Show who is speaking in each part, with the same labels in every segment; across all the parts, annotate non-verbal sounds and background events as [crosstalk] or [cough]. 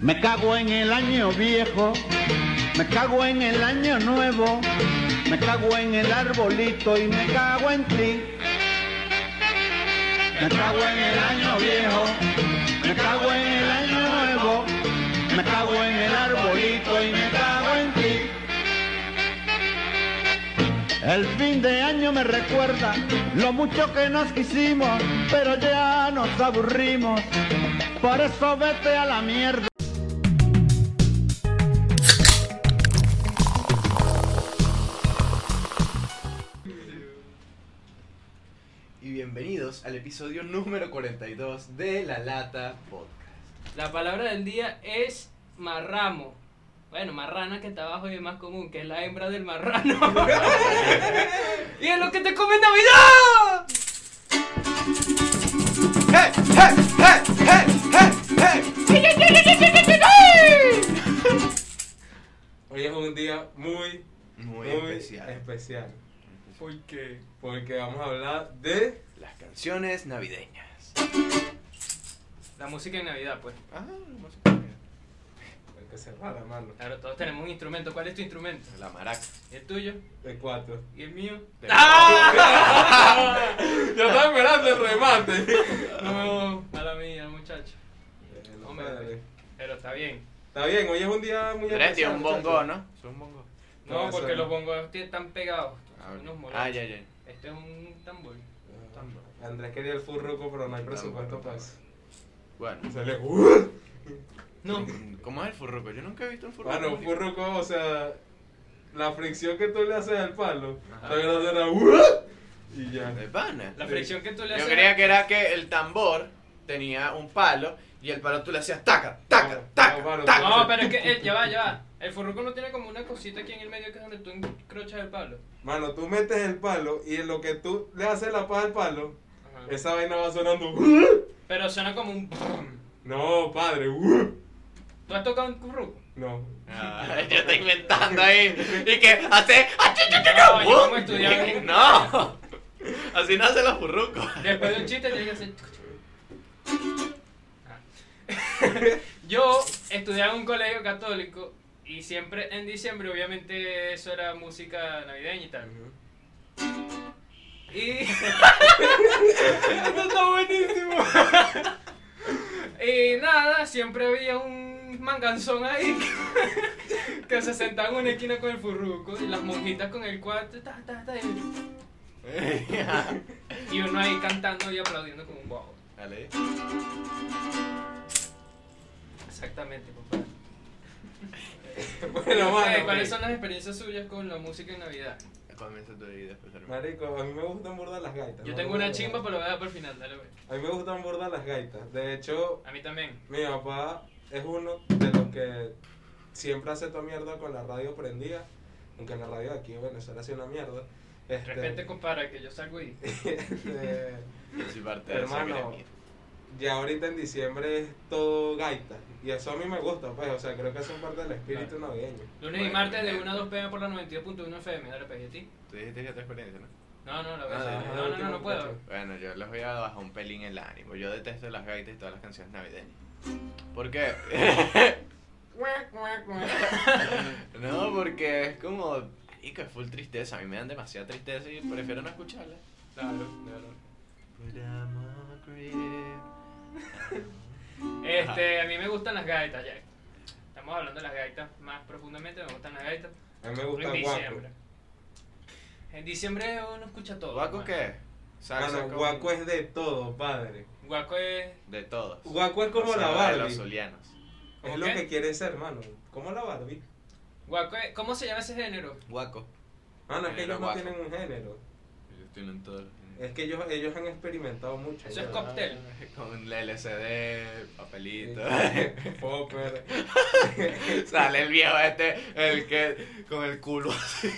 Speaker 1: Me cago en el año viejo, me cago en el año nuevo, me cago en el arbolito y me cago en ti. Me cago en el año viejo, me cago en el año nuevo, me cago en el arbolito y me cago en ti. El fin de año me recuerda lo mucho que nos quisimos, pero ya nos aburrimos. Por eso vete a la mierda.
Speaker 2: Y bienvenidos al episodio número 42 de La Lata Podcast.
Speaker 3: La palabra del día es marramo. Bueno, marrana que está abajo y es más común, que es la hembra del marrano. y es lo que te come en Navidad.
Speaker 4: Hoy es un día muy,
Speaker 2: Muy,
Speaker 4: muy
Speaker 2: especial.
Speaker 4: especial. ¿Por qué? Porque vamos a hablar de...
Speaker 2: Las canciones navideñas.
Speaker 3: La música en Navidad, pues.
Speaker 2: Ah, no sé qué.
Speaker 4: El que se va la mano.
Speaker 3: Claro, todos tenemos un instrumento. ¿Cuál es tu instrumento?
Speaker 2: La maraca.
Speaker 3: ¿El tuyo?
Speaker 4: El 4.
Speaker 3: ¿Y el mío?
Speaker 2: Del-
Speaker 3: [laughs] ¡Ah!
Speaker 4: Yo estaba esperando el
Speaker 5: [laughs]
Speaker 4: remate.
Speaker 3: No, mala mía, muchacho. Hombre,
Speaker 4: Hombre,
Speaker 3: Pero está bien.
Speaker 4: Está bien, hoy es un día muy especial.
Speaker 5: Tres y un
Speaker 4: muchachos.
Speaker 5: bongo, ¿no?
Speaker 2: Es un bongo.
Speaker 3: No,
Speaker 4: No,
Speaker 3: porque
Speaker 4: eso
Speaker 3: los
Speaker 4: no.
Speaker 3: bongos están pegados. Unos molestos.
Speaker 5: Ah, ya, ya.
Speaker 3: Este es un tambor.
Speaker 4: Ah, Andrés quería el full roco, pero no hay presupuesto para eso.
Speaker 5: Bueno.
Speaker 4: Y Sale... ¡Uh!
Speaker 3: No.
Speaker 5: ¿Cómo es el furruco? Yo nunca he visto un furruco.
Speaker 4: Bueno, full roco, o sea... La fricción que tú le haces al palo.
Speaker 5: Ajá.
Speaker 4: La verdad era... ¡Uh! Y ya.
Speaker 5: De pana.
Speaker 3: La fricción que tú le
Speaker 5: Yo
Speaker 3: haces.
Speaker 5: creía que era que el tambor tenía un palo y el palo tú le hacías taca, taca,
Speaker 4: No,
Speaker 5: taca,
Speaker 4: no,
Speaker 5: [laughs]
Speaker 4: palo,
Speaker 5: taca.
Speaker 3: No, pero es que eh, ya va, ya va. El furruco no tiene como una cosita aquí en el medio que es donde tú encrochas el palo.
Speaker 4: Mano, tú metes el palo y en lo que tú le haces la paz al palo,
Speaker 3: Ajá.
Speaker 4: esa vaina va sonando. ¡Uh!
Speaker 3: Pero suena como un. brum.
Speaker 4: No, padre. uh.
Speaker 3: ¿Tú has tocado un furruco?
Speaker 4: No.
Speaker 5: Ah, [laughs] yo estoy inventando ahí. Y que hace.
Speaker 3: No, yo como estudiante.
Speaker 5: [laughs] No. Así no hacen los
Speaker 3: [laughs]
Speaker 5: furrucos.
Speaker 3: Después de un chiste tienes que hacer. Ah. [laughs] Yo estudiaba en un colegio católico y siempre en diciembre, obviamente, eso era música navideña y tal. Y. [laughs] Esto está buenísimo. y nada, siempre había un manganzón ahí [laughs] que se sentaba en una esquina con el furruco y las monjitas con el cuarto. ta, ta, ta, y- y uno ahí cantando y aplaudiendo como un bobo.
Speaker 5: Dale.
Speaker 3: Exactamente, papá. Eh,
Speaker 4: Bueno, mano.
Speaker 3: ¿Cuáles son las experiencias suyas con la música en Navidad?
Speaker 5: Comienza tú y después termina.
Speaker 4: Marico, a mí me gustan bordar las gaitas.
Speaker 3: Yo
Speaker 4: ¿no?
Speaker 3: tengo una chimba, pero la voy a dar para el final, dale, güey.
Speaker 4: A mí me gustan bordar las gaitas. De hecho,
Speaker 3: A mí también.
Speaker 4: mi papá es uno de los que siempre hace toda mierda con la radio prendida. Aunque la radio de aquí en Venezuela hace una mierda.
Speaker 3: De
Speaker 4: Este,
Speaker 3: repente
Speaker 4: [laughs]
Speaker 3: compara que yo salgo y.
Speaker 4: este,
Speaker 5: Yo soy parte de esa
Speaker 4: Hermano,
Speaker 5: gremia.
Speaker 4: ya ahorita en diciembre es todo gaita. Y eso a mí me gusta, pues. O sea, creo que eso es parte del espíritu navideño.
Speaker 3: Lunes y
Speaker 5: Bueno,
Speaker 3: martes de
Speaker 5: bien.
Speaker 3: 1 a 2 pm por la 92.1 FM, dale, pues, ¿y a ti?
Speaker 5: Tú dijiste que tu experiencia, ¿no?
Speaker 3: No, no, la voy a
Speaker 5: Ah,
Speaker 3: hacer.
Speaker 4: ajá,
Speaker 3: No, no, no,
Speaker 4: último
Speaker 3: no puedo.
Speaker 4: muchacho.
Speaker 5: Bueno, yo les voy a bajar un pelín el ánimo. Yo detesto las gaitas y todas las canciones navideñas. ¿Por qué? [laughs] no, porque es como. Y que full tristeza. A mí me dan demasiada tristeza y prefiero no escucharla.
Speaker 3: Claro, claro. Este, a mí me gustan las gaitas, ya. Estamos hablando de las gaitas más profundamente, me gustan las gaitas.
Speaker 4: A mí me
Speaker 3: En
Speaker 4: gusta guaco.
Speaker 3: diciembre. En diciembre uno escucha todo.
Speaker 5: ¿Guaco
Speaker 3: hermano.
Speaker 5: qué? Salsa
Speaker 4: Mano,
Speaker 5: con-
Speaker 4: guaco es de todo, padre.
Speaker 3: Guaco es.
Speaker 5: De todos.
Speaker 4: Guaco es como
Speaker 5: O sea,
Speaker 4: la
Speaker 5: De los
Speaker 4: Barbie.
Speaker 5: zulianos.
Speaker 4: Es
Speaker 3: ¿Cómo
Speaker 4: lo
Speaker 3: qué?
Speaker 4: que quiere ser, mano. Como la Barbie.
Speaker 3: Guaco es- ¿Cómo se llama ese género?
Speaker 5: Guaco.
Speaker 4: Mano, es que
Speaker 5: Género
Speaker 4: ellos Ah, no
Speaker 5: guaco.
Speaker 4: tienen un género.
Speaker 5: Ellos tienen todos los-
Speaker 4: Es que ellos, ellos han experimentado mucho.
Speaker 3: Eso es
Speaker 4: ¿verdad?
Speaker 3: cóctel.
Speaker 5: [laughs] Con LCD, papelito.
Speaker 4: [laughs] Popper.
Speaker 5: [laughs] Sale el viejo este, el que con el culo así.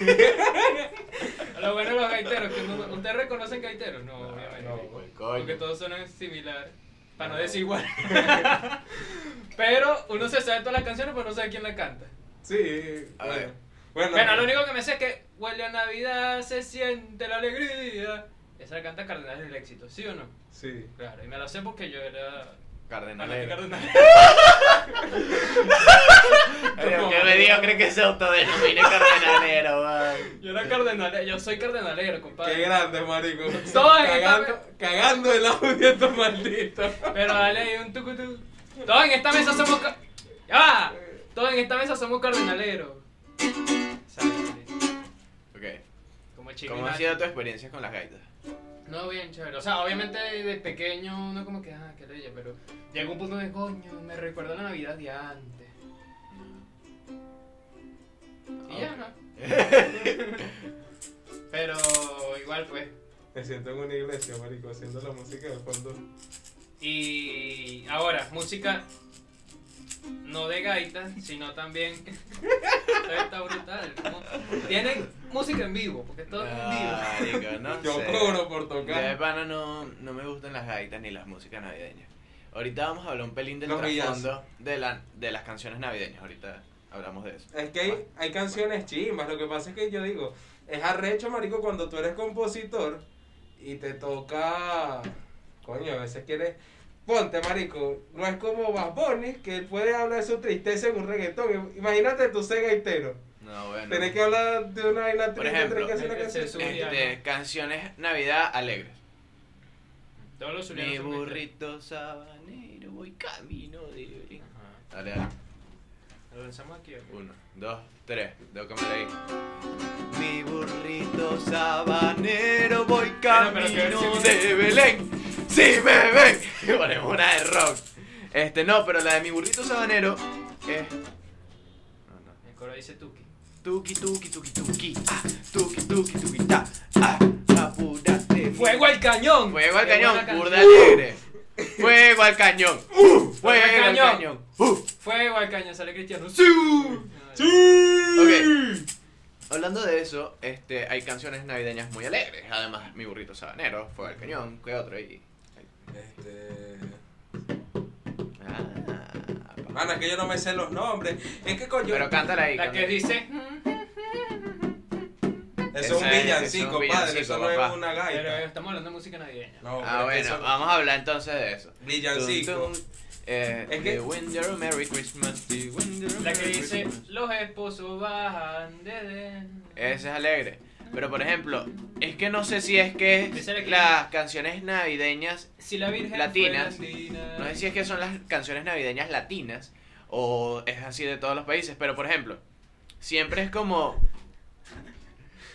Speaker 3: Lo bueno de los gaiteros, que no- ¿ustedes reconocen gaiteros? No, obviamente.
Speaker 4: no.
Speaker 5: el
Speaker 3: Porque
Speaker 5: coño.
Speaker 3: todos suenan similar. Para no,
Speaker 4: No.
Speaker 3: decir igual. [laughs] pero uno se sabe todas las canciones, pero no sabe quién la canta.
Speaker 4: Sí.
Speaker 5: A
Speaker 4: bueno.
Speaker 5: ver.
Speaker 4: Bueno,
Speaker 3: Bueno, lo único que me sé es que huele a Navidad, se siente la alegría. Esa la canta Cardenales del Éxito, ¿sí o no?
Speaker 4: Sí.
Speaker 3: Claro, y me la sé porque yo era.
Speaker 5: Cardenalero.
Speaker 3: fanático de Cardenales.
Speaker 5: que se autodenomine
Speaker 4: [laughs]
Speaker 5: cardenalero, weón.
Speaker 3: Yo era cardenalero, yo soy cardenalero,
Speaker 4: Qué
Speaker 3: compadre.
Speaker 4: grande,
Speaker 3: [laughs]
Speaker 4: marico.
Speaker 3: Todos en esta
Speaker 4: cagando, cagando el audio estos malditos.
Speaker 3: Pero dale ahí un tucutú. Todos en esta mesa somos. ca- ¡Ya! va. Todos en esta mesa somos cardenaleros. Sácate.
Speaker 5: Ok.
Speaker 3: Como chico.
Speaker 5: ¿Cómo ha sido tu experiencia con las gaitas?
Speaker 3: No, bien chévere. O sea, obviamente de pequeño uno como que, ah, qué leyes, pero llega un punto de coño, me recuerda la Navidad de antes. Y ya, ¿no? [laughs] pero igual pues.
Speaker 4: Me siento en una iglesia, marico, haciendo la música de fondo.
Speaker 3: Y ahora, música no de gaita, sino también. [laughs] Esto está brutal. ¿cómo? Tienen música en vivo, porque todo es en vivo.
Speaker 5: Ah. Marico, no
Speaker 4: [laughs] Yo
Speaker 5: sé.
Speaker 4: cobro por
Speaker 5: Ya de
Speaker 4: tocar.
Speaker 5: pana no, no me gustan las gaitas ni las músicas navideñas. Ahorita vamos a hablar un pelín del
Speaker 4: Los
Speaker 5: trasfondo de, la, de las canciones navideñas. Ahorita hablamos de eso.
Speaker 4: Es que hay, hay canciones chimbas, lo que pasa es que yo digo, es arrecho, marico, cuando tú eres compositor y te toca... Coño, a veces quieres... Ponte, marico, no es como Bad Bunny, que él puede hablar de su tristeza en un reggaetón. Imagínate tú ser gaitero.
Speaker 5: Ah, No, bueno.
Speaker 4: Tenés que hablar de una vaina
Speaker 5: Por
Speaker 4: triste,
Speaker 5: ejemplo,
Speaker 4: tenés que hacer una
Speaker 3: el- el
Speaker 4: canción.
Speaker 3: sexo-
Speaker 5: Este, canciones navidad alegres.
Speaker 3: Todos los zulianos
Speaker 5: Mi
Speaker 3: son gaiteros.
Speaker 5: burrito sabanero, voy camino de Belén. Dale, dale.
Speaker 3: Lo lanzamos aquí. ¿ok?
Speaker 5: Uno, dos, tres. Tengo que me leí. Mi burrito sabanero, voy
Speaker 3: Bueno, pero que
Speaker 5: camino
Speaker 3: si-
Speaker 5: de Belén. ¡Sí, me ven! Y ponemos una de rock. Este, no, pero la de mi burrito sabanero es. No, no.
Speaker 3: El coro dice Tuki.
Speaker 5: Tuki, tuki, tuki, tuki. Ah, tuki, tuki, tuki, ta. Ah, apúrate.
Speaker 3: ¡Fuego al cañón!
Speaker 5: Fuego al
Speaker 3: Qué
Speaker 5: cañón,
Speaker 3: buena canción.
Speaker 5: burda alegre. Fuego al cañón. Uh, fuego
Speaker 3: al
Speaker 5: al
Speaker 3: cañón.
Speaker 5: cañón. Uh.
Speaker 3: Fuego al cañón, sale Cristiano.
Speaker 5: Ok. Hablando de eso, este, hay canciones navideñas muy alegres. Además, mi burrito sabanero, fuego al cañón, ¿qué otro? Y...
Speaker 4: Este...
Speaker 5: Ah,
Speaker 4: Mano, es que yo no me sé los nombres. Es que coño.
Speaker 5: pero cántala ahí.
Speaker 3: La
Speaker 5: cántala.
Speaker 3: que dice.
Speaker 4: eso es un
Speaker 5: Esa es- eso
Speaker 4: villancico,
Speaker 5: es un
Speaker 4: padre.
Speaker 5: villancico,
Speaker 4: Eso
Speaker 5: papá. eh,
Speaker 4: no es una
Speaker 3: Pero
Speaker 4: gaita.
Speaker 3: estamos hablando de música navideña.
Speaker 5: Ah,
Speaker 4: No, pero es que
Speaker 5: bueno,
Speaker 4: eso-
Speaker 5: vamos a hablar entonces de eso.
Speaker 4: Villancico.
Speaker 5: Tum, tum, eh,
Speaker 4: Es que-
Speaker 5: The Winter, Merry Christmas, The Winter,
Speaker 3: La que
Speaker 5: Merry
Speaker 3: dice.
Speaker 5: Christmas.
Speaker 3: Los esposos bajan de.
Speaker 5: Ese es alegre. Pero, por ejemplo, es que no sé si es que
Speaker 3: Esa era que-
Speaker 5: las canciones navideñas
Speaker 3: Si la Virgen. fue
Speaker 5: Latinas.
Speaker 3: Andina.
Speaker 5: No sé si es que son las canciones navideñas latinas o es así de todos los países, pero por ejemplo, siempre es como...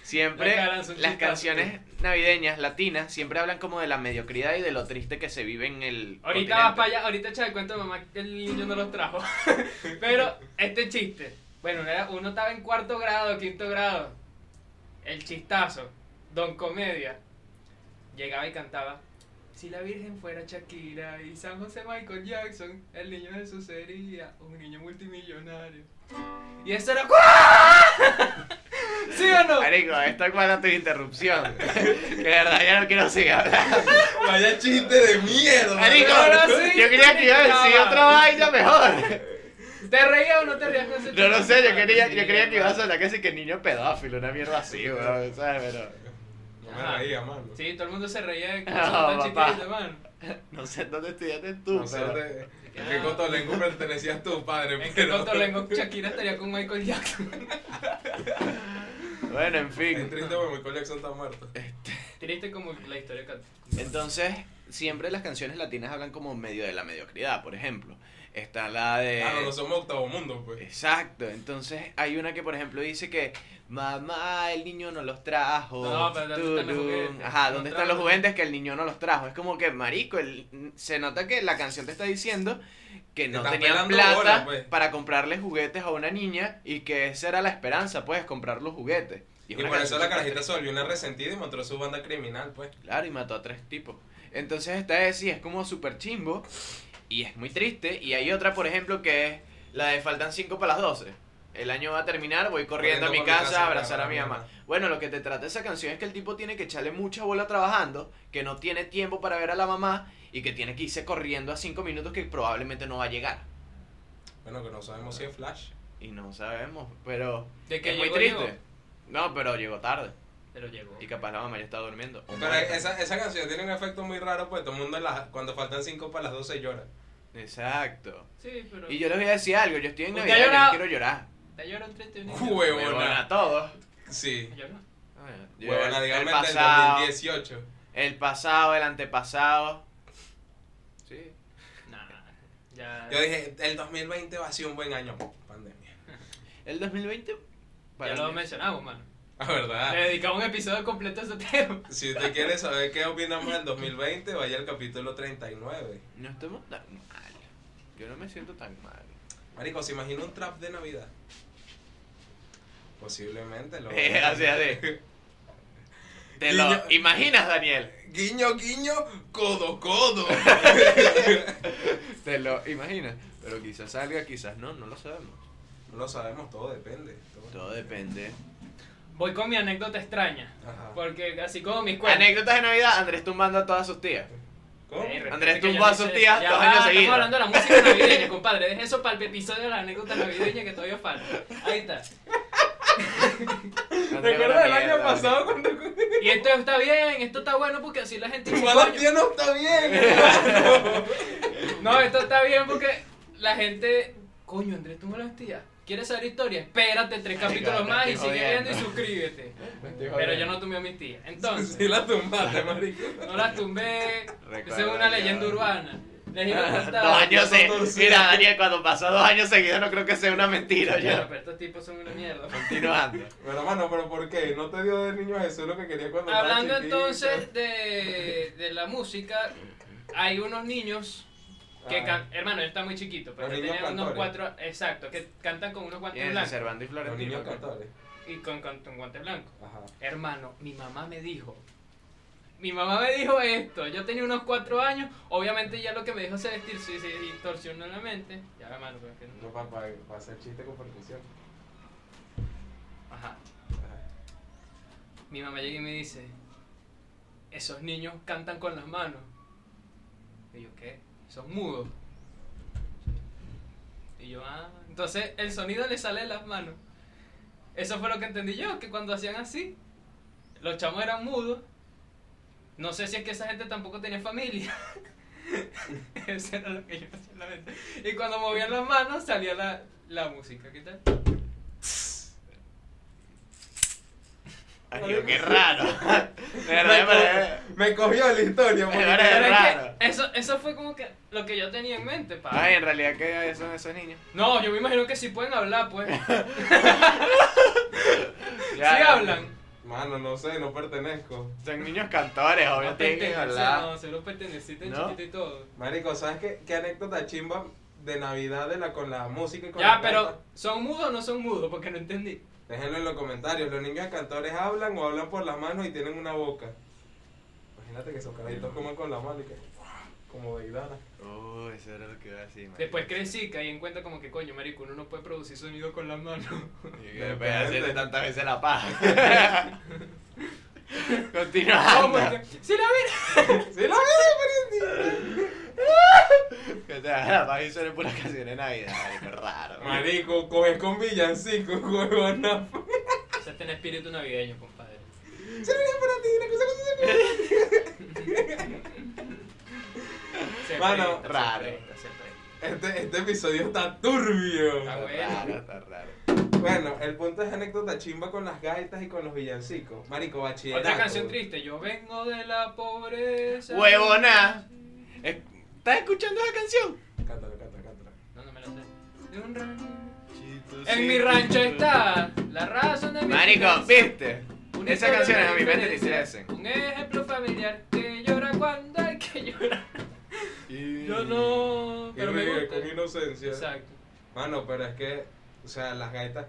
Speaker 5: Siempre
Speaker 3: La cara, son
Speaker 5: las
Speaker 3: chicas.
Speaker 5: canciones navideñas latinas siempre hablan como de la mediocridad y de lo triste que se vive en el...
Speaker 3: Ahorita vas
Speaker 5: continente.
Speaker 3: para allá, ahorita echa de cuenta mamá que el niño no los trajo. [laughs] Pero este chiste, bueno, era- uno estaba en cuarto grado, quinto grado. El chistazo, Don Comedia, llegaba y cantaba. Si la Virgen fuera Shakira y San José Michael Jackson, el niño Jesús sería un niño multimillonario. Y eso era... [laughs] ¿Sí o no?
Speaker 5: Marico, esta cual a tu
Speaker 3: [laughs]
Speaker 5: interrupción. que de verdad ya no quiero seguir hablando.
Speaker 4: Vaya chiste de mierda.
Speaker 5: Marico,
Speaker 3: ahora sí,
Speaker 5: yo quería que iba a decir
Speaker 3: marico.
Speaker 5: otra vaina mejor.
Speaker 3: ¿Te reías o no te reías con ese
Speaker 5: No, no sé, yo
Speaker 3: chiste?
Speaker 5: quería, yo
Speaker 3: Sí,
Speaker 5: quería que ibas
Speaker 3: hermano.
Speaker 5: a la casi que niño pedófilo, una mierda así, weón, ¿sabes? Pero
Speaker 4: No me reía, mano.
Speaker 3: Sí, todo el mundo se reía de que
Speaker 5: No,
Speaker 3: tan
Speaker 5: papá.
Speaker 3: chiquitos, hermano.
Speaker 5: no sé dónde estudiaste tú,
Speaker 4: No sé
Speaker 5: pero-
Speaker 4: dónde- ¿En qué cotolengo pertenecías tú, padre?
Speaker 3: En que
Speaker 4: pero-
Speaker 3: Cotolengo Shakira estaría con Michael Jackson.
Speaker 5: Bueno, en
Speaker 4: Es
Speaker 5: fin.
Speaker 4: triste porque Michael Jackson está muerto.
Speaker 3: [laughs] Triste como la historia que
Speaker 5: Entonces, siempre las canciones latinas hablan como medio de la mediocridad, por ejemplo. Está la de...
Speaker 4: Claro, Ah, no somos octavo mundo,
Speaker 5: eh,
Speaker 4: pues.
Speaker 5: Exacto, entonces hay una que por ejemplo dice que mamá, el niño no los trajo.
Speaker 3: No, pero ¿dónde están los
Speaker 5: turun".
Speaker 3: juguetes?
Speaker 5: Ajá,
Speaker 3: No
Speaker 5: ¿dónde están
Speaker 3: trajo.
Speaker 5: los juguetes que el niño no los trajo? Es como que marico, el- se nota que la canción te está diciendo que no
Speaker 4: estás
Speaker 5: tenían
Speaker 4: pelando
Speaker 5: plata
Speaker 4: bola, pues.
Speaker 5: para comprarle juguetes a una niña y que esa era la esperanza, pues, comprar los juguetes.
Speaker 4: Y
Speaker 5: es una
Speaker 4: por eso
Speaker 5: canción
Speaker 4: la
Speaker 5: súper
Speaker 4: carajita se volvió una resentida y mostró su banda criminal, pues.
Speaker 5: Claro, y mató a tres tipos. Entonces esta es, sí, es como súper chimbo y es muy triste. Y hay otra, por ejemplo, que es la de faltan 5 para las 12. El año va a terminar, voy corriendo,
Speaker 4: Corriendo
Speaker 5: a mi
Speaker 4: pa' mi
Speaker 5: casa,
Speaker 4: casa,
Speaker 5: a abrazar
Speaker 4: claro,
Speaker 5: a mi
Speaker 4: claro.
Speaker 5: mamá. Bueno, lo que te trata esa canción es que el tipo tiene que echarle mucha bola trabajando, que no tiene tiempo para ver a la mamá y que tiene que irse corriendo a 5 minutos que probablemente no va a llegar.
Speaker 4: Bueno, que no sabemos si es Flash.
Speaker 5: Y no sabemos, pero
Speaker 3: De que
Speaker 5: es muy
Speaker 3: llegó,
Speaker 5: triste.
Speaker 3: llegó.
Speaker 5: No, pero llegó tarde
Speaker 3: Pero llegó.
Speaker 5: y capaz la mamá ya está durmiendo. o
Speaker 4: Pero
Speaker 5: muerta.
Speaker 4: esa, esa canción tiene un efecto muy raro, pues todo el mundo en la- cuando faltan 5 para las 12 llora.
Speaker 5: Exacto.
Speaker 3: Sí, pero.
Speaker 5: Y yo les voy a decir algo, yo estoy en
Speaker 3: ¿Usted
Speaker 5: Navidad,
Speaker 3: ha
Speaker 5: yo no
Speaker 3: llorado?
Speaker 5: quiero llorar.
Speaker 3: Ya lloran 31 días.
Speaker 5: Huevona a
Speaker 4: [laughs] Huevona.
Speaker 5: todos.
Speaker 4: Sí.
Speaker 3: Yo no.
Speaker 5: Yo,
Speaker 4: Huevona,
Speaker 5: el- el
Speaker 4: digamos el
Speaker 5: pasado,
Speaker 4: 2018.
Speaker 5: el pasado, el antepasado. Sí.
Speaker 3: Nah. Ya.
Speaker 4: Yo dije, el 2020 va a ser un buen año. Pandemia.
Speaker 5: El 2020.
Speaker 3: ya lo mencionamos, mano.
Speaker 4: La verdad.
Speaker 5: Ah.
Speaker 3: Le
Speaker 5: Eh,
Speaker 3: dedicamos un episodio completo a ese tema.
Speaker 4: Si usted quiere saber qué opinamos del 2020, vaya al capítulo 39.
Speaker 5: No estamos tan mal. Yo no me siento tan mal.
Speaker 4: Marico, ¿se imagina un trap de Navidad? Posiblemente
Speaker 5: [laughs]
Speaker 4: lo.
Speaker 5: Eh, así, [laughs] así. Te
Speaker 4: Y
Speaker 5: lo
Speaker 4: yo-
Speaker 5: imaginas, Daniel.
Speaker 4: Guiño, guiño, codo, codo.
Speaker 5: Te lo imaginas. Pero quizás salga, quizás no, no lo sabemos.
Speaker 4: No lo sabemos, todo depende. todo-
Speaker 5: Todo depende.
Speaker 3: Voy con mi anécdota extraña.
Speaker 5: Ah.
Speaker 4: Ajá.
Speaker 3: Porque así como mis cuentos.
Speaker 5: Anécdotas de Navidad: Andrés tumbando a todas sus tías.
Speaker 4: ¿Cómo?
Speaker 3: Ey, respete
Speaker 5: Andrés
Speaker 3: que yo
Speaker 5: tumbó a
Speaker 3: no
Speaker 5: sus
Speaker 3: sé
Speaker 5: tías
Speaker 3: eso. Ya
Speaker 5: dos
Speaker 3: va,
Speaker 5: años seguidos.
Speaker 3: Estamos hablando de la música navideña, compadre. Deja eso para el episodio de la anécdota navideña que todavía falta. Ahí está.
Speaker 5: Andrés,
Speaker 4: ¿Recuerdas el
Speaker 5: una
Speaker 4: año
Speaker 5: mierda,
Speaker 4: pasado cuando
Speaker 5: [laughs]
Speaker 3: Y esto está bien, esto está bueno porque así la
Speaker 4: [laughs]
Speaker 3: gente.
Speaker 4: tu mala tía no está bien?
Speaker 3: No, esto está bien porque la gente. Coño, Andrés, tú me lo tías. ¿Quieres saber historia? Espérate tres capítulos
Speaker 5: Marico,
Speaker 3: más y
Speaker 5: estoy
Speaker 3: sigue
Speaker 5: jodiendo.
Speaker 3: viendo y suscríbete.
Speaker 5: Estoy
Speaker 3: Pero
Speaker 5: jodiendo.
Speaker 3: yo no tumbé a mis tías.
Speaker 4: Sí,
Speaker 3: Entonces,
Speaker 4: la tumbaste, marico.
Speaker 3: no las tumbé. Esa es
Speaker 5: Recuerda
Speaker 3: una
Speaker 5: que-
Speaker 3: leyenda urbana. Les iba
Speaker 5: [laughs]
Speaker 3: a contar.
Speaker 5: Dos años
Speaker 4: son
Speaker 5: se-
Speaker 4: torcidas.
Speaker 5: Mira, Daniel, cuando pasó dos años seguidos, no creo que sea una mentira.
Speaker 3: Claro,
Speaker 5: Ya.
Speaker 3: pero estos tipos son una mierda. [laughs]
Speaker 5: Continuando.
Speaker 4: Pero, mano, ¿pero por qué? ¿No te dio de niño Jesús lo que quería cuando estaba
Speaker 3: Hablando
Speaker 4: chiquito?
Speaker 3: entonces de, de la música, hay unos niños que
Speaker 4: Ah.
Speaker 3: can- hermano, yo estaba muy chiquito, pero
Speaker 4: Los
Speaker 3: yo
Speaker 4: niños
Speaker 3: tenía unos
Speaker 4: cantores.
Speaker 3: cuatro, exacto, que cantan con unos guantes
Speaker 5: Tienes
Speaker 3: blancos
Speaker 5: Cervando y
Speaker 4: Los niños
Speaker 5: Florentino.
Speaker 4: cantores.
Speaker 3: y con, con, con guantes blancos.
Speaker 4: Ajá.
Speaker 3: Hermano, mi mamá me dijo, mi mamá me dijo esto, yo tenía unos cuatro años, obviamente ya lo que me dijo se vestir se se distorsionó en la mente, ya hermano, pero que
Speaker 4: No,
Speaker 3: no.
Speaker 4: para, para, hacer chiste con percusión.
Speaker 3: Ajá.
Speaker 4: Ajá.
Speaker 3: Mi mamá llega y me dice, esos niños cantan con las manos. Y yo, ¿qué? Son mudos. Y yo, ah, entonces el sonido le sale de las manos. Eso fue lo que entendí yo, que cuando hacían así, los chamos eran mudos. No sé si es que esa gente tampoco tenía familia. [laughs] Eso era lo que yo hacía en la mente. Y cuando movían las manos salía la, la música. ¿Qué tal?
Speaker 5: Ay, Dios, qué
Speaker 3: [laughs]
Speaker 5: raro. De verdad, [laughs] pero- eh,
Speaker 4: co- me cogió la historia,
Speaker 5: Pero
Speaker 4: marico.
Speaker 5: era-
Speaker 3: Pero es que
Speaker 5: raro.
Speaker 3: eso, eso fue como que lo que yo tenía en mente, pa.
Speaker 5: Ay, en realidad, ¿qué son esos niños?
Speaker 3: No, yo me imagino que sí pueden
Speaker 5: [laughs]
Speaker 3: hablar, pues.
Speaker 5: Ya,
Speaker 3: sí hablan.
Speaker 4: Mano, no sé, no pertenezco.
Speaker 5: Son niños cantores,
Speaker 3: No
Speaker 5: obvio, tienen que
Speaker 3: pertenecen,
Speaker 5: hablar.
Speaker 3: no, se los perteneciste
Speaker 5: ¿No?
Speaker 3: chiquito y todo.
Speaker 4: Marico, ¿sabes qué, qué anécdota chimba de Navidad de la, con la música y con
Speaker 3: Ya,
Speaker 4: la
Speaker 3: pero
Speaker 4: canta?
Speaker 3: ¿son mudos o no son mudos? Porque no entendí.
Speaker 4: Déjenlo en los comentarios. ¿Los niños cantores hablan o hablan por las manos y tienen una boca? Imagínate que esos carajitos comen con la mano y que... Como deidana.
Speaker 5: Oh, eso era lo que iba a decir, marico.
Speaker 3: Después crecí, caí en cuenta como que, coño, marico, uno no puede producir sonido con las manos.
Speaker 5: [laughs] Y que después de hacerle tantas veces la
Speaker 3: [laughs]
Speaker 5: paja.
Speaker 3: [laughs] No,
Speaker 5: Continuando.
Speaker 3: porque... ¡Sí, la mira!
Speaker 4: ¡Sí, la vida,
Speaker 5: Que te haga la paja y suene puras canciones de Navidad, marico, raro.
Speaker 4: Marico, coges con villancico, huevona.
Speaker 3: Ese tiene espíritu navideño, compadre. Se presta,
Speaker 4: Mano,
Speaker 3: se
Speaker 5: raro.
Speaker 3: presta, se presta.
Speaker 4: Este, este episodio está turbio.
Speaker 3: Ah,
Speaker 5: Está
Speaker 3: bueno.
Speaker 5: raro, está raro.
Speaker 4: Bueno, el punto es anécdota chimba con las gaitas y con los villancicos. Marico, bachillerato.
Speaker 3: Otra canción triste, yo vengo de la pobreza.
Speaker 5: Huevona. Es- ¿Estás escuchando esa canción?
Speaker 4: Cántala, cántala, cántala.
Speaker 3: No, no me la sé. De un rancho. En mi rancho está la razón de mi
Speaker 5: Marico,
Speaker 3: existencia.
Speaker 5: ¿viste?
Speaker 3: Una
Speaker 5: Esas
Speaker 3: historia
Speaker 5: canciones
Speaker 3: de
Speaker 5: a mí me
Speaker 3: diferencia.
Speaker 5: entristecen.
Speaker 3: Un ejemplo familiar que llora cuando hay que llorar. Yo no.
Speaker 4: Y
Speaker 3: Pero me
Speaker 4: ríe
Speaker 3: gusta.
Speaker 4: con inocencia.
Speaker 3: Exacto.
Speaker 4: Mano, pero es que, o sea, las gaitas.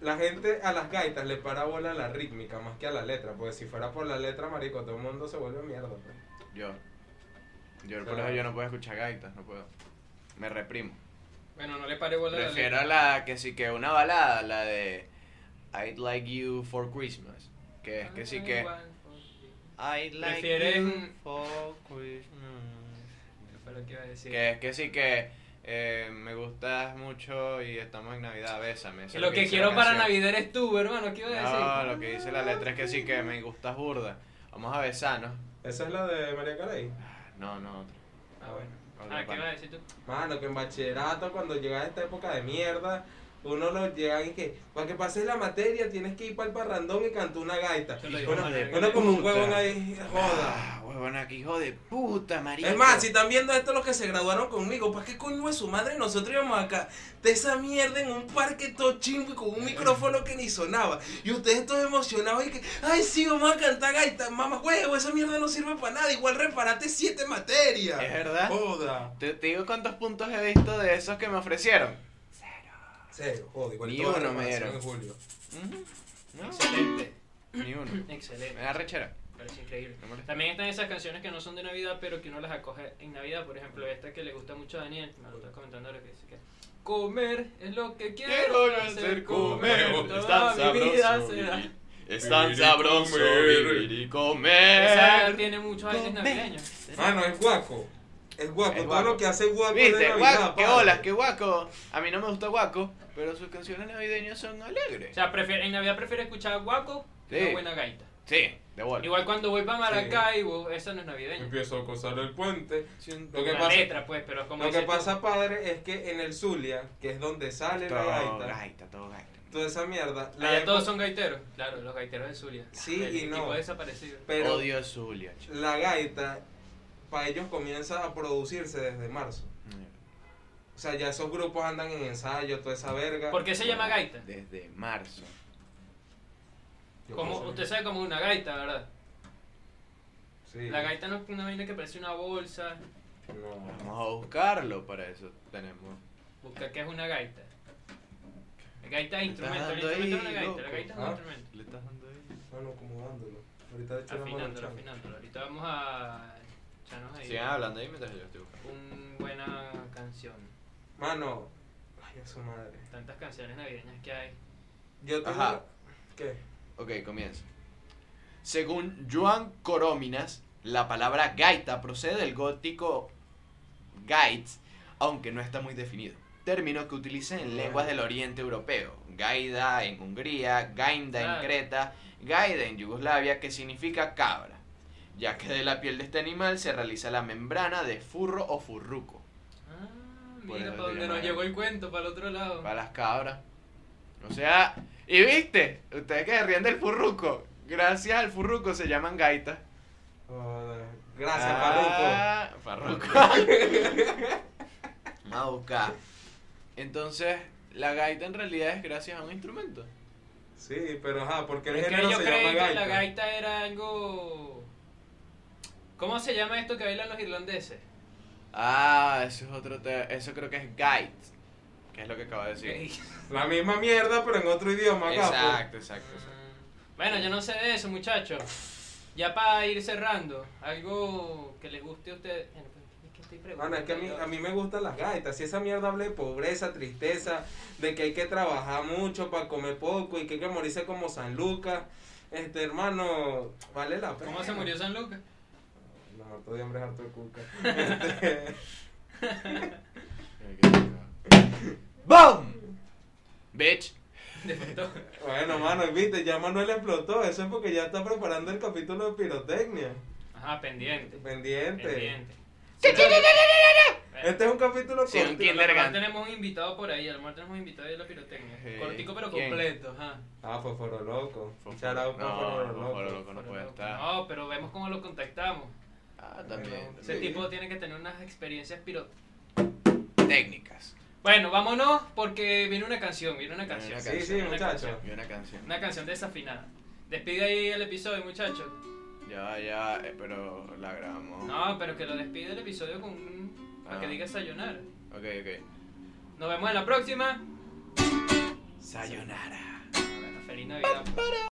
Speaker 4: La gente a las gaitas le para bola a la rítmica más que a la letra. Porque si fuera por la letra, marico, todo el mundo se vuelve mierda. pues.
Speaker 5: Yo. Yo por
Speaker 4: Claro.
Speaker 5: eso yo no puedo escuchar gaitas, no puedo. Me reprimo.
Speaker 3: Bueno, no le pare bola a la
Speaker 5: Prefiero
Speaker 3: letra.
Speaker 5: la que sí que una balada, la de I'd like you for Christmas. Que es que sí que.
Speaker 3: Ah,
Speaker 5: I'd like
Speaker 3: Prefieres-
Speaker 5: you for Christmas.
Speaker 3: Eso fue lo que iba a decir.
Speaker 5: Que es que sí que. eh, me gustas mucho y estamos en Navidad, bésame. eso
Speaker 3: Que
Speaker 5: es
Speaker 3: Lo que
Speaker 5: dice la
Speaker 3: quiero para
Speaker 5: canción.
Speaker 3: Navidad eres tú, hermano. ¿Qué iba a
Speaker 5: No,
Speaker 3: decir?
Speaker 5: lo que dice la letra es que sí que me gustas burda. Vamos a besarnos.
Speaker 4: Esa es la de María Carey.
Speaker 5: No, no, otra.
Speaker 3: Ah, bueno.
Speaker 5: Otra
Speaker 3: Ah, ¿qué
Speaker 5: parte.
Speaker 3: iba a decir tú?
Speaker 4: Mano, que en bachillerato, cuando llegaba esta época de mierda, uno lo llegan y que, para que pases la materia tienes que ir para el parrandón y cantar una gaita.
Speaker 3: Yo lo digo,
Speaker 4: Uno,
Speaker 3: madre,
Speaker 4: uno como un
Speaker 5: puta.
Speaker 4: huevón ahí, joda.
Speaker 5: Ah, huevón, aquí hijo de puta, marico.
Speaker 4: Es más, si están viendo esto los que se graduaron conmigo, ¿para qué coño es su madre? Nosotros íbamos acá de esa mierda en un parque todo chimbo y con un micrófono que ni sonaba. Y ustedes todos emocionados y que, ay, sí, vamos a cantar gaita, mamá, huevo, esa mierda no sirve para nada, igual reparate siete materias.
Speaker 5: Es verdad.
Speaker 4: Joda.
Speaker 5: Te, te digo cuántos puntos he visto de esos que me ofrecieron.
Speaker 4: Cero, joda, igual
Speaker 5: Ni
Speaker 4: toda la
Speaker 5: uno me
Speaker 4: preparación
Speaker 5: dieron.
Speaker 4: en julio.
Speaker 5: Ujú. No,
Speaker 3: Excelente,
Speaker 5: ni uno. Me
Speaker 3: excelente.
Speaker 5: da rechera.
Speaker 3: Parece increíble.
Speaker 5: No molesta.
Speaker 3: También están esas canciones que no son de Navidad, pero que uno las acoge en Navidad. Por ejemplo, esta que le gusta mucho a Daniel, me lo está comentando ahora, que dice que comer es lo que quiero,
Speaker 5: Quiero hacer comer, es tan sabroso.
Speaker 3: será.
Speaker 5: Es tan
Speaker 4: Vivir y
Speaker 5: sabroso
Speaker 4: comer.
Speaker 5: vivir y
Speaker 3: Esa
Speaker 5: comer.
Speaker 3: tiene muchos aires
Speaker 5: Comer.
Speaker 3: navideños.
Speaker 4: Ah, no, es guaco. Es guaco.
Speaker 5: Es
Speaker 4: Todo
Speaker 5: guaco.
Speaker 4: lo que hace guaco es de
Speaker 5: Viste,
Speaker 4: Navidad,
Speaker 5: guaco, qué
Speaker 4: padre.
Speaker 5: olas, qué guaco. A mí no me gusta guaco, pero sus canciones navideñas son
Speaker 3: O
Speaker 5: alegres.
Speaker 3: sea, prefiero- en Navidad prefiero escuchar guaco que
Speaker 5: Sí.
Speaker 3: una buena gaita.
Speaker 5: Sí, de bola.
Speaker 3: Igual cuando voy para Maracaibo, esa no es navideña.
Speaker 4: Empiezo a cruzar el puente.
Speaker 5: Siento-
Speaker 4: Lo que
Speaker 3: la
Speaker 4: pasa-
Speaker 3: letra, pues, pero como
Speaker 4: Lo que
Speaker 3: dices tú,
Speaker 4: pasa, padre, es que en el Zulia, que es donde sale la
Speaker 5: Todo
Speaker 4: gaita,
Speaker 5: gaita, todo gaita.
Speaker 4: toda esa mierda. la
Speaker 3: allá
Speaker 4: época-
Speaker 3: todos son gaiteros. Claro, los gaiteros de Zulia.
Speaker 4: Sí
Speaker 3: El
Speaker 4: y no.
Speaker 3: equipo desaparecido.
Speaker 4: Pero
Speaker 5: Odio a Zulia. chico.
Speaker 4: la gaita, para ellos comienza a producirse desde marzo. O sea, ya esos grupos andan en ensayo, toda esa verga.
Speaker 3: ¿Por qué se llama gaita?
Speaker 5: Desde marzo.
Speaker 4: Yo
Speaker 3: Como,
Speaker 4: pensé-
Speaker 3: usted sabe como una gaita, ¿verdad?
Speaker 4: Sí.
Speaker 3: La gaita no es una vaina que parece una bolsa.
Speaker 4: No.
Speaker 5: Vamos a buscarlo, para eso tenemos.
Speaker 3: Busca qué es una gaita. La gaita es
Speaker 5: Me
Speaker 3: instrumento. El
Speaker 5: estás dando
Speaker 3: instrumento es
Speaker 5: ahí,
Speaker 3: una gaita.
Speaker 5: loco.
Speaker 3: La gaita es un
Speaker 4: Ah.
Speaker 3: instrumento.
Speaker 5: ¿Le estás dando ahí?
Speaker 4: No, no, como dándolo. Ahorita le echo la mano al
Speaker 3: Afinándolo,
Speaker 4: chamo.
Speaker 3: afinándolo. Ahorita vamos a echarnos ahí
Speaker 5: Sigan hablando ahí mientras yo estoy buscando.
Speaker 3: una buena canción.
Speaker 4: Mano. Ay, a su madre.
Speaker 3: Tantas canciones navideñas que hay.
Speaker 4: Yo tengo...
Speaker 5: Ajá.
Speaker 4: ¿Qué?
Speaker 5: Ok, comienza. Según Joan Coróminas, la palabra gaita procede del gótico gaits, aunque no está muy definido. Término que utiliza en lenguas del oriente europeo. Gaida en Hungría, gainda en
Speaker 3: Claro.
Speaker 5: Creta, gaida en Yugoslavia, que significa cabra, ya que de la piel de este animal se realiza la membrana de furro o furruco.
Speaker 3: Ah,
Speaker 5: Por
Speaker 3: mira
Speaker 5: eso te
Speaker 3: para donde
Speaker 5: llaman
Speaker 3: nos
Speaker 5: gaita.
Speaker 3: llegó el cuento, para el otro lado.
Speaker 5: Para las cabras. O sea, y viste, ustedes que se ríen del furruco, gracias al furruco se llaman gaitas.
Speaker 4: Joder. Gracias, Farruko.
Speaker 5: Ah, Farruko. [laughs] Vamos a buscar. Entonces, la gaita en realidad es gracias a un instrumento.
Speaker 4: Sí, pero ajá, porque el
Speaker 3: Es que
Speaker 4: género
Speaker 3: yo
Speaker 4: se
Speaker 3: creí
Speaker 4: llama
Speaker 3: que
Speaker 4: gaita.
Speaker 3: la gaita era algo. ¿Cómo se llama esto que bailan los irlandeses?
Speaker 5: Ah, eso es otro tema. Eso creo que es gait. Que es lo que acabo de decir. pues.
Speaker 4: La misma mierda, pero en otro idioma, pues. capo.
Speaker 5: Exacto, exacto, exacto.
Speaker 3: Bueno, yo no sé de eso, muchachos. Ya para ir cerrando, algo que les guste a ustedes. Bueno, pues, es que estoy
Speaker 4: Mano,
Speaker 3: preguntando.
Speaker 4: es que a mí, a mí me gustan las gaitas. Si esa mierda habla de pobreza, tristeza, de que hay que trabajar mucho para comer poco y que hay que morirse como San Lucas. Este hermano, vale la pena.
Speaker 3: ¿Cómo se murió San Lucas?
Speaker 4: No, harto de hambre, harto de cuca. Este, [laughs]
Speaker 5: ¡Bum! Bitch.
Speaker 3: De pronto.
Speaker 4: bueno, mano, viste, ya Manuel explotó. Eso es porque ya está preparando el capítulo de pirotecnia.
Speaker 3: Ajá, pendiente.
Speaker 4: Pendiente.
Speaker 3: Pendiente.
Speaker 4: Este es un capítulo
Speaker 5: Sí, un
Speaker 4: corto.
Speaker 5: tiempo.
Speaker 3: Bueno,
Speaker 5: Kindergarten.
Speaker 3: tenemos un invitado por ahí, a lo mejor tenemos un invitado de la pirotecnia.
Speaker 5: Eh,
Speaker 3: Cortico pero
Speaker 5: ¿quién?
Speaker 3: completo, ajá.
Speaker 4: Ah, fósforo loco.
Speaker 5: Fósforo.
Speaker 4: Shout out, Fósforo
Speaker 5: No, Fósforo
Speaker 4: loco.
Speaker 5: Loco no puede
Speaker 3: Pero-
Speaker 5: estar.
Speaker 3: No, pero vemos cómo lo contactamos.
Speaker 5: Ah, también.
Speaker 3: Ese
Speaker 4: Sí.
Speaker 3: tipo tiene que tener unas experiencias pirot.
Speaker 5: Técnicas.
Speaker 3: Bueno, vámonos porque viene una canción, viene una canción.
Speaker 5: una
Speaker 4: Sí,
Speaker 5: canción,
Speaker 4: sí,
Speaker 3: una
Speaker 4: muchachos.
Speaker 3: canción.
Speaker 5: Y una canción.
Speaker 3: Una canción desafinada. Despide ahí el episodio, muchachos.
Speaker 5: Ya, ya, eh, pero la grabamos.
Speaker 3: No, pero que lo despide el episodio con un... Para que
Speaker 5: Ah.
Speaker 3: diga sayonara.
Speaker 5: Ok, ok.
Speaker 3: Nos vemos en la próxima.
Speaker 5: Sayonara.
Speaker 3: Bueno, feliz Navidad. pues.